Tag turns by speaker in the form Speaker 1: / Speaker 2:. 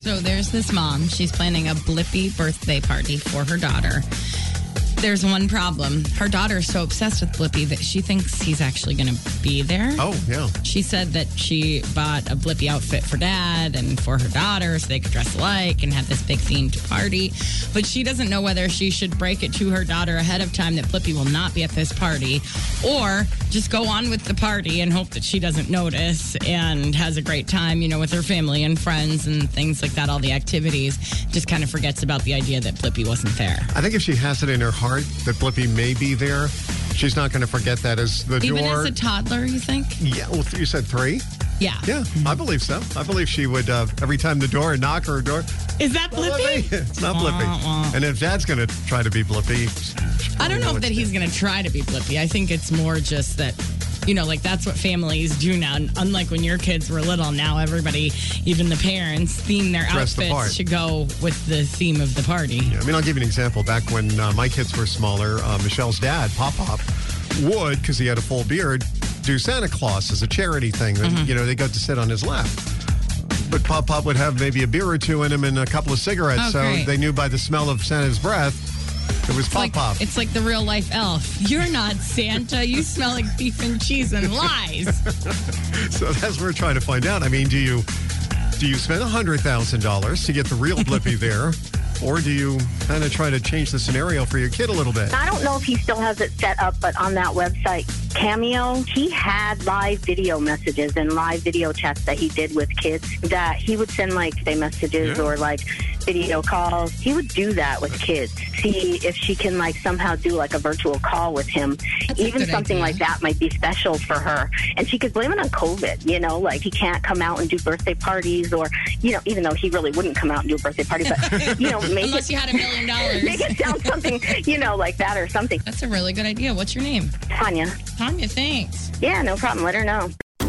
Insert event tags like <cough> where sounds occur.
Speaker 1: So there's this mom. She's planning a blippy birthday party for her daughter. There's one problem. Her daughter's so obsessed with Blippy that she thinks he's actually going to be there.
Speaker 2: Oh, yeah.
Speaker 1: She said that she bought a Blippy outfit for dad and for her daughter so they could dress alike and have this big themed party. But she doesn't know whether she should break it to her daughter ahead of time that Blippy will not be at this party or just go on with the party and hope that she doesn't notice and has a great time, you know, with her family and friends and things like that, all the activities. Just kind of forgets about the idea that Blippy wasn't there.
Speaker 2: I think if she has it in her heart that Blippi may be there, she's not going to forget that as the
Speaker 1: Even
Speaker 2: door.
Speaker 1: as a toddler, you think?
Speaker 2: yeah, well, you said three.
Speaker 1: Yeah.
Speaker 2: Yeah, I believe so. I believe she would uh, every time the door knock or door.
Speaker 1: Is that Blippi?
Speaker 2: <laughs> It's not
Speaker 1: Wah, wah.
Speaker 2: Blippi. And if Dad's going to try to be Blippi,
Speaker 1: I don't know if that he's going to try to be Blippi. I think it's more just that, you know, like that's what families do now. And unlike when your kids were little, now everybody, even the parents, theme their
Speaker 2: Dress the part.
Speaker 1: outfits to go with the theme of the party.
Speaker 2: I mean, I'll give you an example. Back when uh, my kids were smaller, uh, Michelle's dad, Pop Pop, would, because he had a full beard, do Santa Claus as a charity thing. And,
Speaker 1: Mm-hmm.
Speaker 2: You know, they got to sit on his lap. But Pop Pop would have maybe a beer or two in him and a couple of cigarettes.
Speaker 1: Oh,
Speaker 2: so
Speaker 1: great.
Speaker 2: they knew by the smell of Santa's breath, it was Pop
Speaker 1: Like,
Speaker 2: Pop.
Speaker 1: it's like the real life elf. You're not Santa. You smell like beef and cheese and lies.
Speaker 2: So that's what we're trying to find out. I mean, do you do you spend hundred thousand dollars to get
Speaker 1: <laughs>
Speaker 2: the real Blippi there, or do you kind of try to change the scenario for your kid a little bit?
Speaker 3: I don't know if he still has it set up, but on that website, Cameo, he had live video messages and live video chats that he did with kids that he would send like say messages
Speaker 2: Yeah.
Speaker 3: or like video calls. He would do that with kids. See if she can like somehow do like a virtual call with him.
Speaker 1: a
Speaker 3: Even
Speaker 1: good
Speaker 3: something
Speaker 1: idea.
Speaker 3: like that might be special for her. And she could blame it on COVID, you know, like he can't come out and do birthday parties or, you know, even though he really wouldn't come out and do a birthday party,
Speaker 1: <laughs>
Speaker 3: but, you know, make
Speaker 1: Unless
Speaker 3: it,
Speaker 1: you had a million
Speaker 3: make <laughs>
Speaker 1: dollars.
Speaker 3: it sound something, you know, like that or something.
Speaker 1: That's a really good idea. What's your name?
Speaker 3: Tanya.
Speaker 1: Tanya, thanks.
Speaker 3: Yeah, no problem. Let her know.